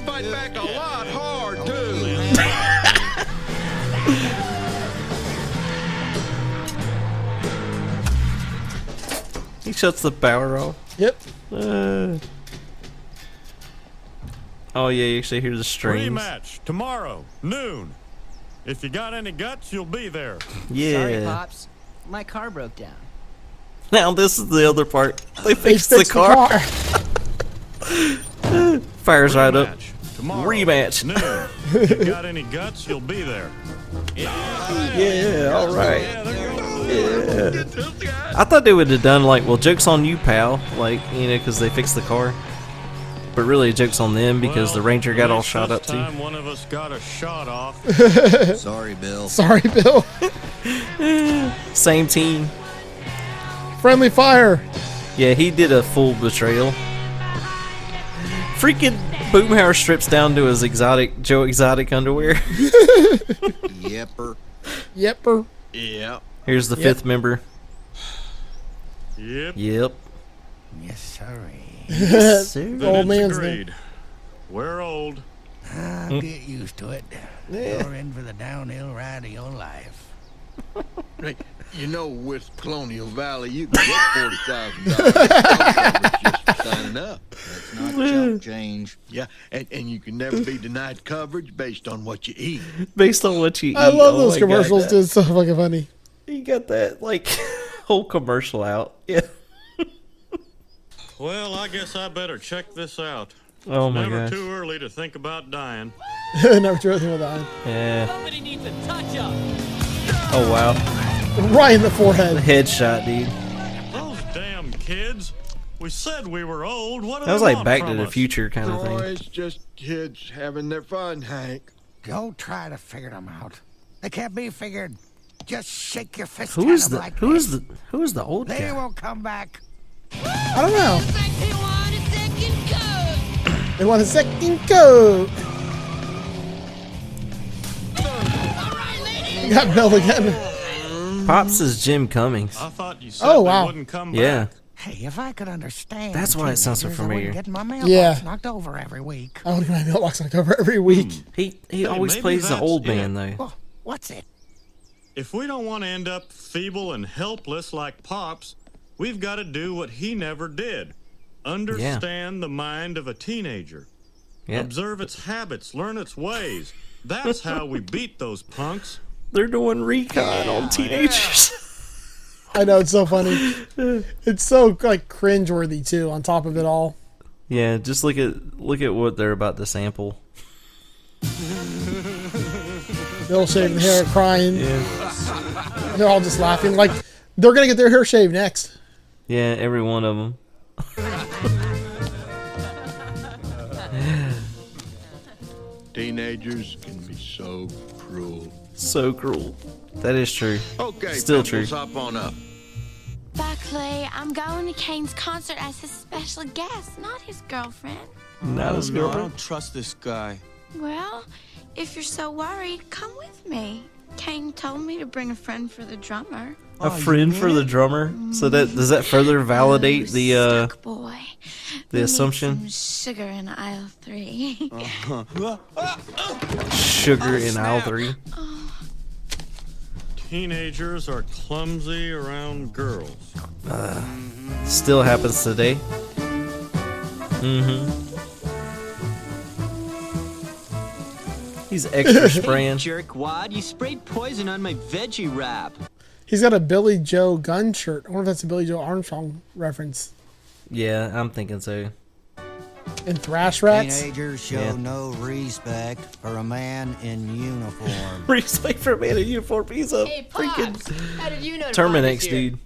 He shuts the power off.
Yep.
Uh, oh yeah, you actually hear the strings.
Rematch tomorrow, noon. If you got any guts, you'll be there.
Yeah.
Sorry, Pops. My car broke down.
Now this is the other part. They
fixed
fixed, the
the
car. Fires right up.
Tomorrow,
Rematch.
noon. if you got any guts, you'll be there.
Yeah, all right. Yeah. I thought they would have done like, well, jokes on you, pal. Like, you know, because they fixed the car. But really, jokes on them because the ranger got all shot up too.
Time one of us got a shot off.
Sorry, Bill.
Sorry, Bill.
Same team.
Friendly fire.
Yeah, he did a full betrayal. Freaking Boomhauer strips down to his exotic Joe Exotic underwear.
Yepper.
Yepper.
Yep.
Here's the
Yep.
fifth member.
Yep.
Yep.
Yes, sorry.
Yes, sir.
Then
Old
it's
man's
agreed. We're old.
I'll get used to it.
Yeah.
You're in for the downhill ride of your life.
Hey, you know, with Colonial Valley, you can get $40,000 just for signing up. That's
not jump change.
Yeah, and, and you can never be denied coverage based on what you eat.
Based on what you
I
eat.
love
Oh
those
my God.
commercials, dude. It's so fucking funny.
You got that like whole commercial out. Yeah.
Well, I guess I better check this out.
Oh
it's
my
never
gosh.
too early to think about dying.
Never trust him with that.
Yeah.
Somebody needs a touch up.
Oh wow.
Right in the forehead.
Headshot, dude.
Those damn kids. We said we were old. What do
That was
they
like
want
Back
from
to the
us?
Future kind of thing.
It's just kids having their fun, Hank.
Go try to figure them out. They can't be figured. Just shake your fist
Who
at
is
them
the
like
who
this.
is the who is the old
They
guy?
won't come back.
I don't know. They want a second coat. You got Bill again.
Pops is Jim Cummings.
I thought you said
Oh, wow.
they wouldn't come
Yeah.
Hey, if I could understand.
That's why it sounds so
teenagers, I
familiar.
wouldn't Get my mailbox
Yeah.
knocked over every week.
I want to get my mailbox knocked over every week.
He he
Hey,
always
maybe
plays the
that's
old
it.
man though.
Well, what's it?
If we don't want to end up feeble and helpless like Pops, we've got to do what he never did understand the mind of a teenager,
Yeah.
observe its habits, learn its ways. That's how we beat those punks.
They're doing recon on teenagers.
I know it's so funny. It's so like cringeworthy too. On top of it all,
Yeah, just look at look at what they're about to sample.
they'll shave their hair, crying. They're all just laughing. Like they're gonna get their hair shaved next.
Yeah, every one of them.
Teenagers can be so cruel.
So cruel. That is true.
Okay,
Still true.
Pimples, hop on up.
Buckley, I'm going to Kane's concert as his special guest, not his girlfriend.
Not his
no, I
girlfriend.
don't trust this guy.
Well, if you're so worried, come with me. Kane told me to bring a friend for the drummer.
A friend for the drummer. So that does that further validate the uh
Boy,
the assumption?
sugar in aisle 3
Oh,
Sugar in aisle three.
Teenagers are clumsy around girls.
Uh, still happens today. Mm-hmm. He's extra spraying.
Jerkwad, you sprayed poison on my veggie wrap.
He's got a Billy Joe gun shirt. I wonder if that's a Billy Joe Armstrong reference.
Yeah, I'm thinking so.
And thrash rats.
Teenagers show
Yeah.
no respect for a man in uniform.
Respect for a man in uniform. He's a
Pops, how did you know? to find us
Terminex
here?
dude.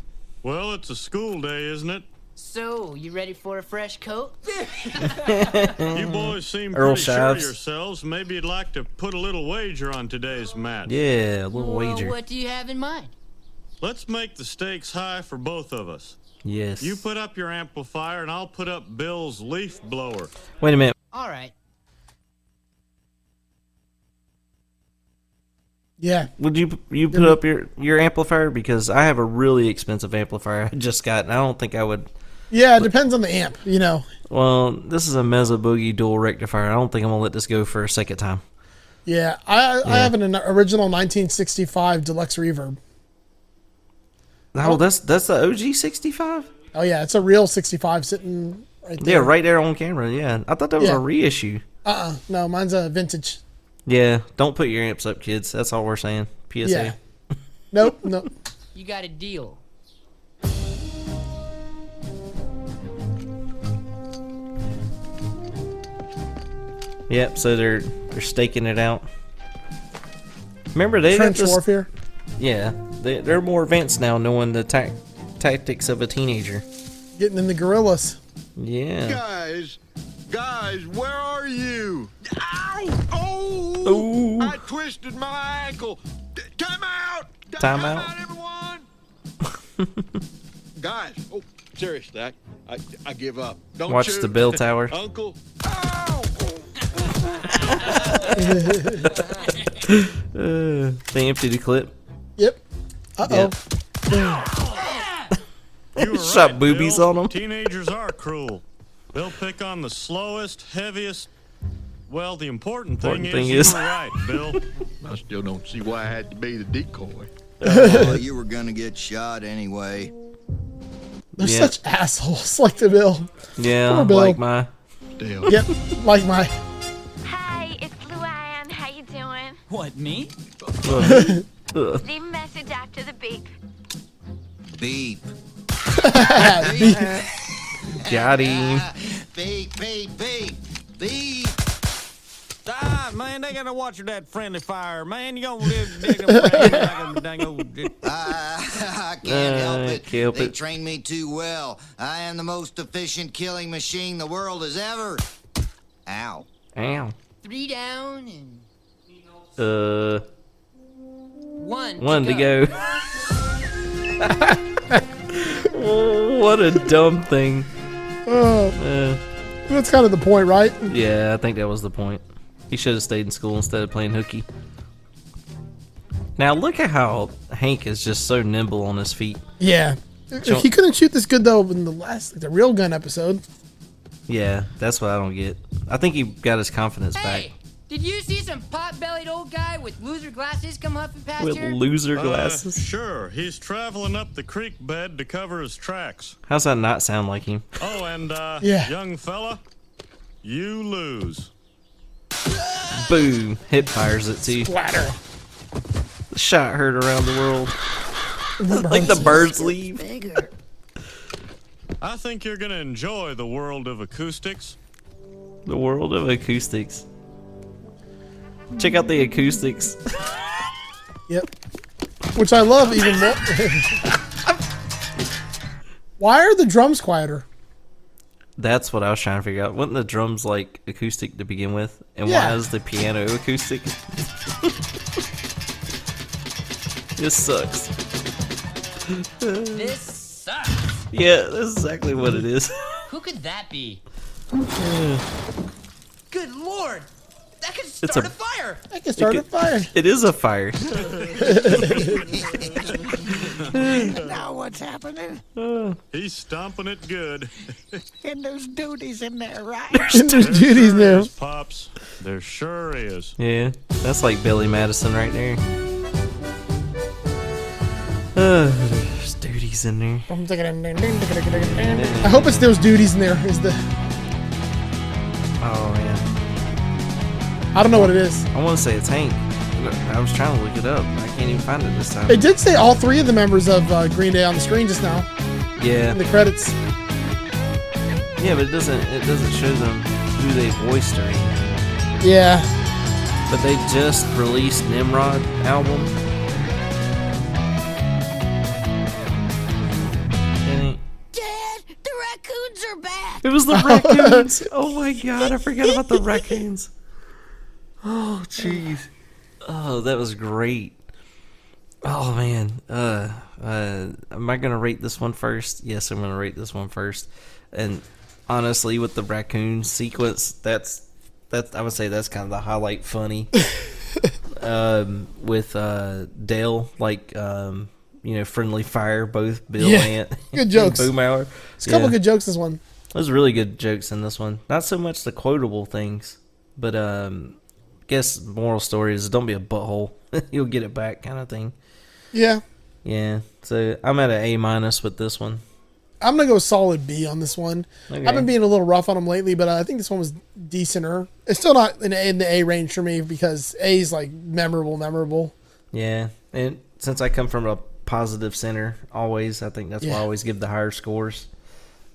Well, it's a school day, isn't it?
So, you ready for a fresh coat?
You boys seem
Mm-hmm. Earl
pretty sure of
Shives.
yourselves. Maybe you'd like to put a little wager on today's match.
Yeah, a little
Well,
wager.
what do you have in mind?
Let's make the stakes high for both of us.
Yes.
You put up your amplifier, and I'll put up Bill's leaf blower.
Wait a minute.
All right.
Yeah.
Would you you put up your your amplifier because I have a really expensive amplifier I just got and I don't think I would.
Yeah, it depends on the amp. You know.
Well, this is a Mesa Boogie dual rectifier. I don't think I'm gonna let this go for a second time.
Yeah, I I
Yeah.
have an, original 1965 deluxe reverb.
Oh, that's that's the OG 65.
Oh yeah, it's a real 65 sitting right
Yeah,
there.
right there on camera. Yeah, I thought that was
Yeah.
a reissue.
Uh uh no, mine's a vintage.
Yeah, don't put your amps up, kids. That's all we're saying. PSA.
Yeah. Nope, nope.
You got a deal.
Yep. So they're they're staking it out. Remember they got
Trench
this-
warfare.
Yeah, they, they're more advanced now, knowing the tac- tactics of a teenager.
Getting in the gorillas.
Yeah.
Guys, guys, where are you? Ow! Oh!
Ooh.
I twisted my ankle. D- Time out! D-
Time out.
everyone! guys, oh, seriously, I, I, I give up. Don't
Watch
shoot.
the bell tower.
Uncle. Oh.
Uh, they emptied the clip.
Yep. Uh oh.
You were
Shot
right,
boobies
Bill.
on 'em.
Teenagers are cruel. They'll pick on the slowest, heaviest. Well, the important thing,
Important thing
is,
is-
you were right, Bill.
I still don't see why I had to be the decoy.
well, you were gonna get shot anyway.
They're
Yeah.
such assholes. Like the bill.
Yeah,
Poor Bill.
like my.
Yep. Like my.
Hi, it's Luann. How you doing?
What, me?
Ugh. Ugh.
Leave a message after the beep.
Beep.
Got him.
Beep, beep, beep, beep.
Ah, man, they gotta watch that friendly fire, man. You gonna live big and friendly like a dang old.
I can't
Uh,
help it.
can't help
they
it.
trained me too well. I am the most efficient killing machine the world has ever. Ow.
Ow.
Three down and
Uh,
one.
one to go. Oh, what a dumb thing.
Oh,
Uh,
that's kind of the point, right?
yeah, I think that was the point. He should have stayed in school instead of playing hooky. Now look at how Hank is just so nimble on his feet.
Yeah. If
So-
he couldn't shoot this good though in the last like the real gun episode.
Yeah, that's what I don't get. I think he got his confidence back.
Did you see some pot-bellied old guy with loser glasses come huffing past
With
here?
loser
Uh,
glasses.
sure, he's traveling up the creek bed to cover his tracks.
How's that not sound like him?
Oh, and uh,
Yeah.
young fella, you lose.
Boom! Hit fires it too.
Splatter.
shot heard around the world. like the birds leave.
I think you're gonna enjoy the world of acoustics.
The world of acoustics. Check out the acoustics.
Yep. Which I love even more. Why are the drums quieter?
That's what I was trying to figure out. Wasn't the drums like acoustic to begin with? And
Yeah.
why is the piano acoustic? this sucks.
this sucks.
Yeah, that's exactly what it is.
Who could that be?
it's
Good lord! That could
It's
start
a-
a, fire!
That could start a fire.
It is a fire.
now what's happening?
He's stomping it good.
And there's duties in there, right?
duties now.
Pops, there sure is.
Yeah, that's like Billy Madison right there. Uh, there's duties in there.
I hope it's those duties in there. Is the
Oh man,
I don't know what it is.
I want to say it's Hank. I was trying to look it up. I can't even find it this time.
It did say all three of the members of uh, Green Day on the screen just now in the
Yeah,
credits.
yeah, but it doesn't. It doesn't show them who they voiced or anything.
Yeah,
But they just released Nimrod album. Dad, the raccoons are back. It was the raccoons. oh my god, I forgot about the raccoons. Oh jeez. Oh, that was great. Oh man. Uh, uh, am I gonna rate this one first? Yes, I'm gonna rate this one first. And honestly, with the raccoon sequence, that's that's I would say that's kind of the highlight funny. um, with uh Dale, like um, you know, friendly fire, both Bill
Yeah.
and
Good jokes.
Boomhauer.
it's a couple good jokes. This one.
There's really good jokes in this one. Not so much the quotable things, but um, guess moral story is don't be a butthole. You'll get it back, kind of thing.
Yeah,
Yeah. So I'm at an A minus with this one.
I'm gonna go solid B on this one.
Okay.
I've been being a little rough on them lately, but uh, I think this one was decenter. It's still not in, in the A range for me because A is like memorable, memorable.
Yeah, and since I come from a positive center, always I think that's why
Yeah.
I always give the higher scores.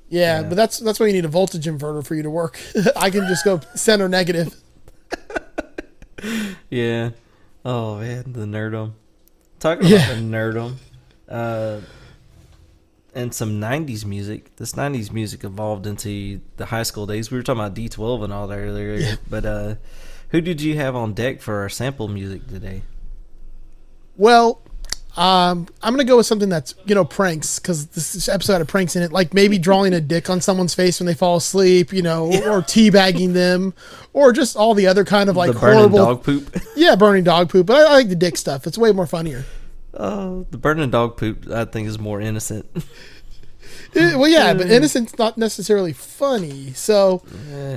Yeah,
Yeah.
but that's that's why you need a voltage inverter for you to work. I can just go center negative.
Yeah. Oh man, the nerdum. Talking
Yeah.
about the nerdum, uh, and some '90s music. This '90s music evolved into the high school days. We were talking about D12 and all that earlier,
Yeah.
but uh, who did you have on deck for our sample music today?
Well, um, I'm gonna go with something that's you know pranks because this episode had pranks in it, like maybe drawing a dick on someone's face when they fall asleep, you know, or teabagging them, or just all the other kind of like
the burning
horrible,
dog poop.
yeah, burning dog poop. But I, I like the dick stuff; it's way more funnier.
Oh, the burning dog poop. I think is more innocent.
Eh, well, yeah, but innocent's not necessarily funny. So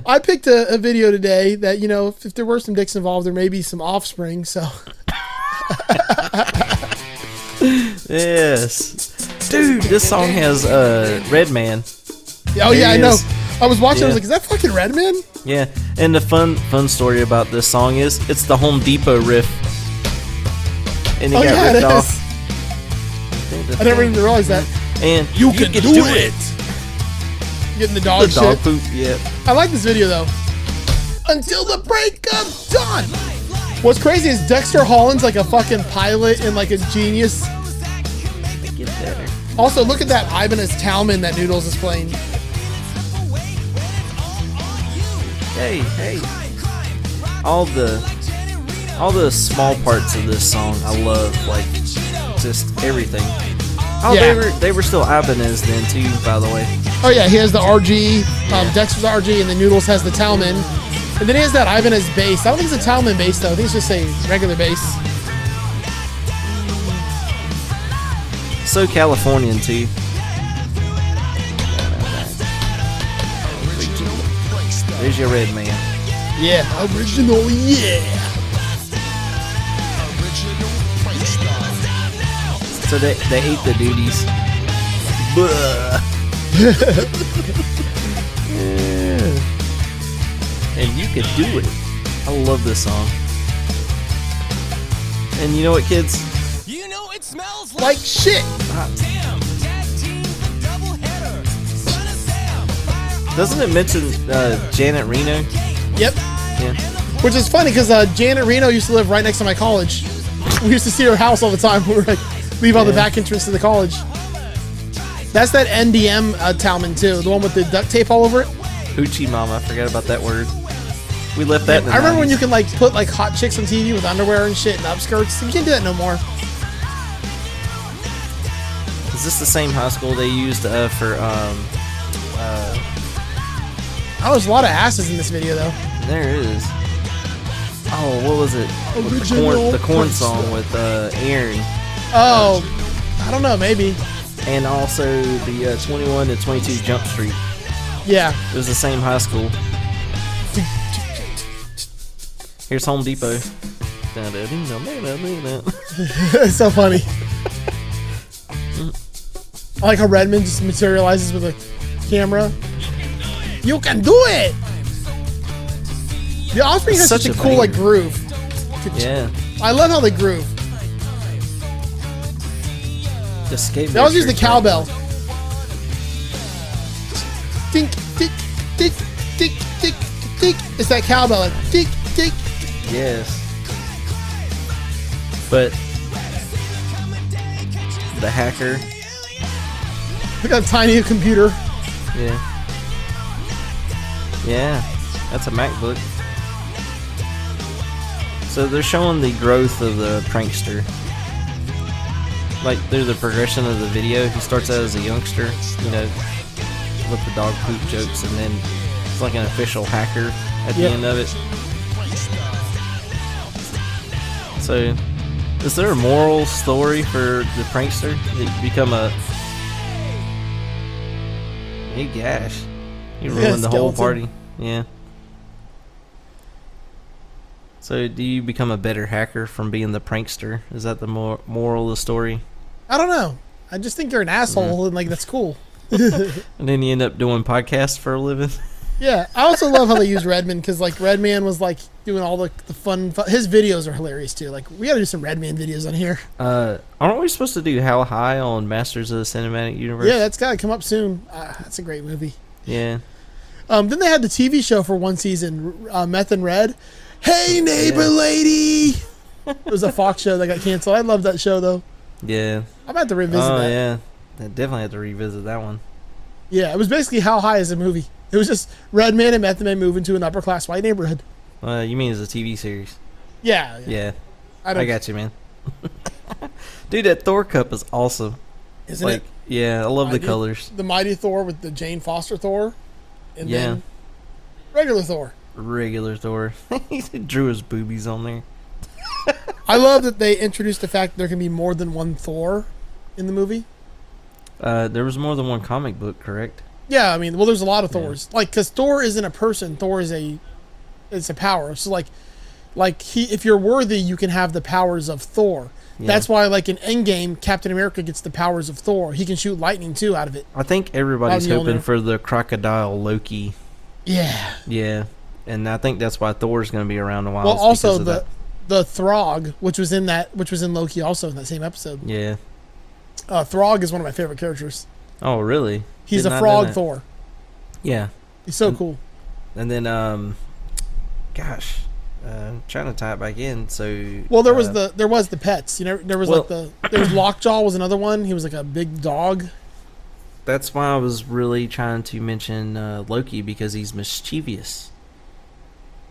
I picked a, a video today that you know, if, if there were some dicks involved, there may be some offspring. So Oh,
yes, dude. This song has uh, Redman.
oh
There
yeah, I
he
know.
is.
I was watching. I was
Yeah.
like, is that fucking Redman?
Yeah, and the fun fun story about this song is it's the Home Depot riff, and it
Oh
got
yeah, it
ripped
is.
off.
I never even realized that.
And
You, can, do, it. Getting the dog
the dog
shit.
poop. Yeah,
I like this video though. Until the break of dawn. What's crazy is Dexter Holland's like a fucking pilot and like a genius.
get better.
Also, look at that Ibanez Talman that Noodles is playing.
Hey, hey. All the all the small parts of this song I love, like just everything. Oh,
Yeah.
they were they were still Ibanez then too, by the way.
Oh yeah, he has the RG. Um, Dexter's RG, and the Noodles has the Talman. And then he has that Ibanez bass. I don't think it's a Talman bass though. I think it's just a regular bass.
So Californian too. There's your red man.
Yeah, original. Yeah.
So they they ate the duties. and you can do it. I love this song. And you know what, kids?
like shit.
Doesn't it mention uh, Janet Reno?
Yep.
Yeah.
Which is funny because uh, Janet Reno used to live right next to my college. We used to see her house all the time. We were like, leave out the
Yeah.
back entrance to the college. That's that NDM uh, Talman too, the one with the duct tape all over it.
Hoochie Mama. I forgot about that word. We left that. in the
I remember when
90s.
you can like put like hot chicks on TV with underwear and shit and upskirts. You can't do that no more.
Is this the same high school they used uh, for? Um, uh,
Oh, there's a lot of asses in this video though.
there is. Oh, what was it? With the
Original
corn, the corn
Prince.
song with uh, Aaron,
Oh, I don't know, maybe.
and also the uh, 21 to 22 Jump Street.
Yeah.
It was the same high school. Here's Home Depot.
it's so funny. I like how Redman just materializes with a camera. You can do it. The Offspring has
Such
such a
a
cool like
banger.
groove.
Yeah,
I love how they groove.
the skateboard.
They always use the
trick.
cowbell. Dink, dink, dink, dink, dink, dink. It's that cowbell. Like, dink, dink.
Yes. But the hacker.
Look how tiny a computer.
Yeah. Yeah, that's a MacBook. So they're showing the growth of the prankster. Like through the progression of the video, he starts out as a youngster, you know, with the dog poop jokes, and then it's like an official hacker at the
Yep.
end of it. So, is there a moral story for the prankster? Did he become a. Hey, gosh. He
Yeah,
ruined the whole
skeleton.
party. Yeah. So, do you become a better hacker from being the prankster? Is that the mor- moral of the story?
I don't know. I just think you're an asshole, and like that's cool.
And then you end up doing podcasts for a living?
Yeah, I also love how they use Redman because like Redman was like doing all the, the fun, fu- His videos are hilarious too. Like we got to do some Redman videos on here.
Uh, aren't we supposed to do How High on Masters of the Cinematic Universe?
Yeah, that's got to come up soon. Uh, that's a great movie.
Yeah.
Um, then they had the TV show for one season, uh, Meth and Red. Hey neighbor
Oh, Yeah.
lady, it was a Fox show that got canceled. I love that show though.
Yeah.
I'm about to revisit
oh,
that.
yeah. I definitely have to revisit that one.
Yeah, it was basically How High is a movie. It was just Redman and Method Man move into an upper class white neighborhood.
Uh, you mean as a TV series?
Yeah, yeah.
Yeah.
I
I,
don't-
got you, man. Dude, that Thor cup is awesome.
Isn't it?
Yeah, I love the
Mighty-
colors.
The Mighty Thor with the Jane Foster Thor, and
Yeah.
then regular Thor.
Regular Thor. he drew his boobies on there.
I love that they introduced the fact that there can be more than one Thor in the movie.
Uh, there was more than one comic book, correct?
Yeah, I mean, well, there's a lot of Thors. Like 'cause Like, because Thor isn't a person. Thor is a, it's a power. So like, like he, if you're worthy, you can have the powers of Thor.
Yeah.
That's why, like in Endgame, Captain America gets the powers of Thor. He can shoot lightning too out of it.
I think everybody's
Mjolnir.
hoping for the crocodile Loki.
Yeah.
Yeah, and I think that's why Thor's going to be around a while.
well,
is because
also
of
the
that.
the Throg, which was in that, which was in Loki, also in that same episode.
yeah.
Uh, Throg is one of my favorite characters.
Oh, really?
He's
Did
a
not know
frog
that.
Thor.
Yeah,
He's so cool.
and then um, gosh, uh, trying to tie it back in. So
Well, there was
uh,
the there was the pets. You know, there was like
well-
the there was Lockjaw was another one. He was like a big dog.
That's why I was really trying to mention uh, Loki because he's mischievous.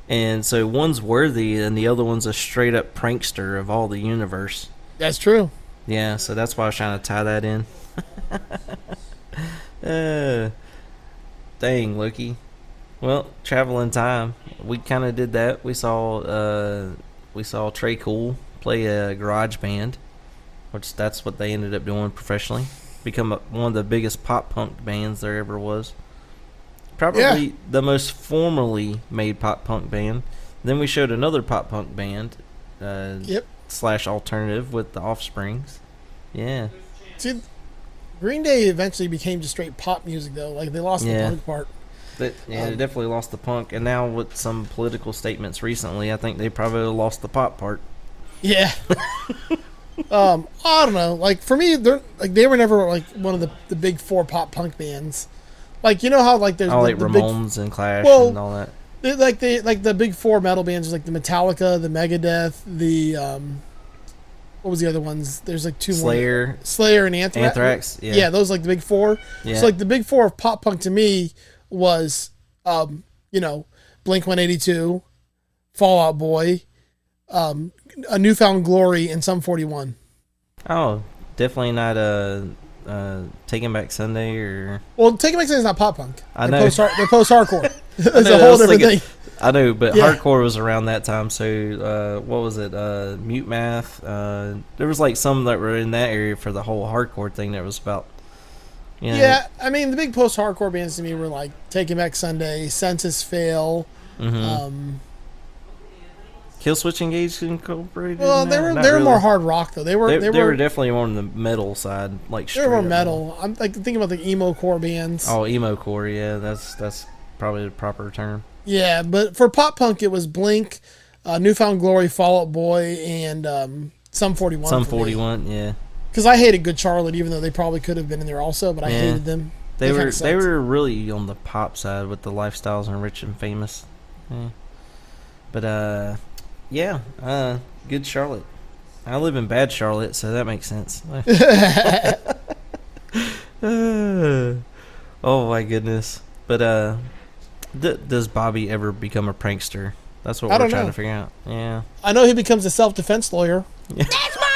And so one's worthy, and the other one's a straight up prankster of all the universe.
That's true.
Yeah, so that's why I was trying to tie that in. uh, dang, Loki. Well, travel in time. We kind of did that. We saw uh, we saw Trey Cool play a garage band, which that's what they ended up doing professionally. Become a, one of the biggest pop punk bands there ever was. Probably
Yeah.
the most formally made pop punk band. Then we showed another pop punk band uh,
Yep.
slash alternative with the Offsprings. Yeah.
See, Green Day eventually became just straight pop music though. Like they lost
Yeah.
the punk part.
That, yeah, they
Um,
definitely lost the punk, and now with some political statements recently, I think they probably lost the pop part.
Yeah. um, I don't know. Like for me, they're like they were never like one of the, the big four pop punk bands. Like you know how like there's
I
the,
like
the big-
Ramones and Clash
Well,
and all that.
they- like the like the big four metal bands was like the Metallica, the Megadeth, the um, what was the other ones? There's like two more.
Slayer.
Slayer and Anthrax.
Anthrax, yeah.
those like the big four.
Yeah.
So like the big four of pop punk to me was um, you know, Blink 182, Fall Out Boy, um, A Newfound Glory, and Sum 41.
Oh, definitely not uh, uh, Taking Back Sunday or.
Well, Take It Back Sunday is not pop punk.
I
They're
know.
Post, they're post hardcore.
I
That's
know,
a
I
whole
was
different
thinking-
thing.
I know, but
Yeah.
hardcore was around that time. So uh, what was it? Uh, Mute Math. Uh, there was like some that were in that area for the whole hardcore thing. That was about. You know,
Yeah, I mean the big post-hardcore bands to me were like Taking Back Sunday, Census Fail.
Mhm.
Um,
Kill Switch Engage Incorporated.
well, they
No,
were
not
they were more
really.
hard rock though. They were they, were,
definitely more on the metal side, like
they were more
straight up
metal. I'm like thinking about the emo core bands.
Oh, emo core. Yeah, that's that's probably the proper term.
Yeah, but for pop punk it was Blink, uh, Newfound Glory, Fall Out Boy, and um, Sum 41.
Some forty one. Yeah.
Because I hated Good Charlotte, even though they probably could have been in there also, but I
Yeah.
hated them.
They,
kinda
were
sucked.
they were really on the pop side with the lifestyles and rich and famous. Yeah. But uh, yeah, uh, good Charlotte. I live in bad Charlotte, so that makes sense. oh my goodness! But uh, d- does Bobby ever become a prankster? That's what
I
we're
don't
trying
know.
to figure out. Yeah.
I know he becomes a self defense lawyer.
That's
my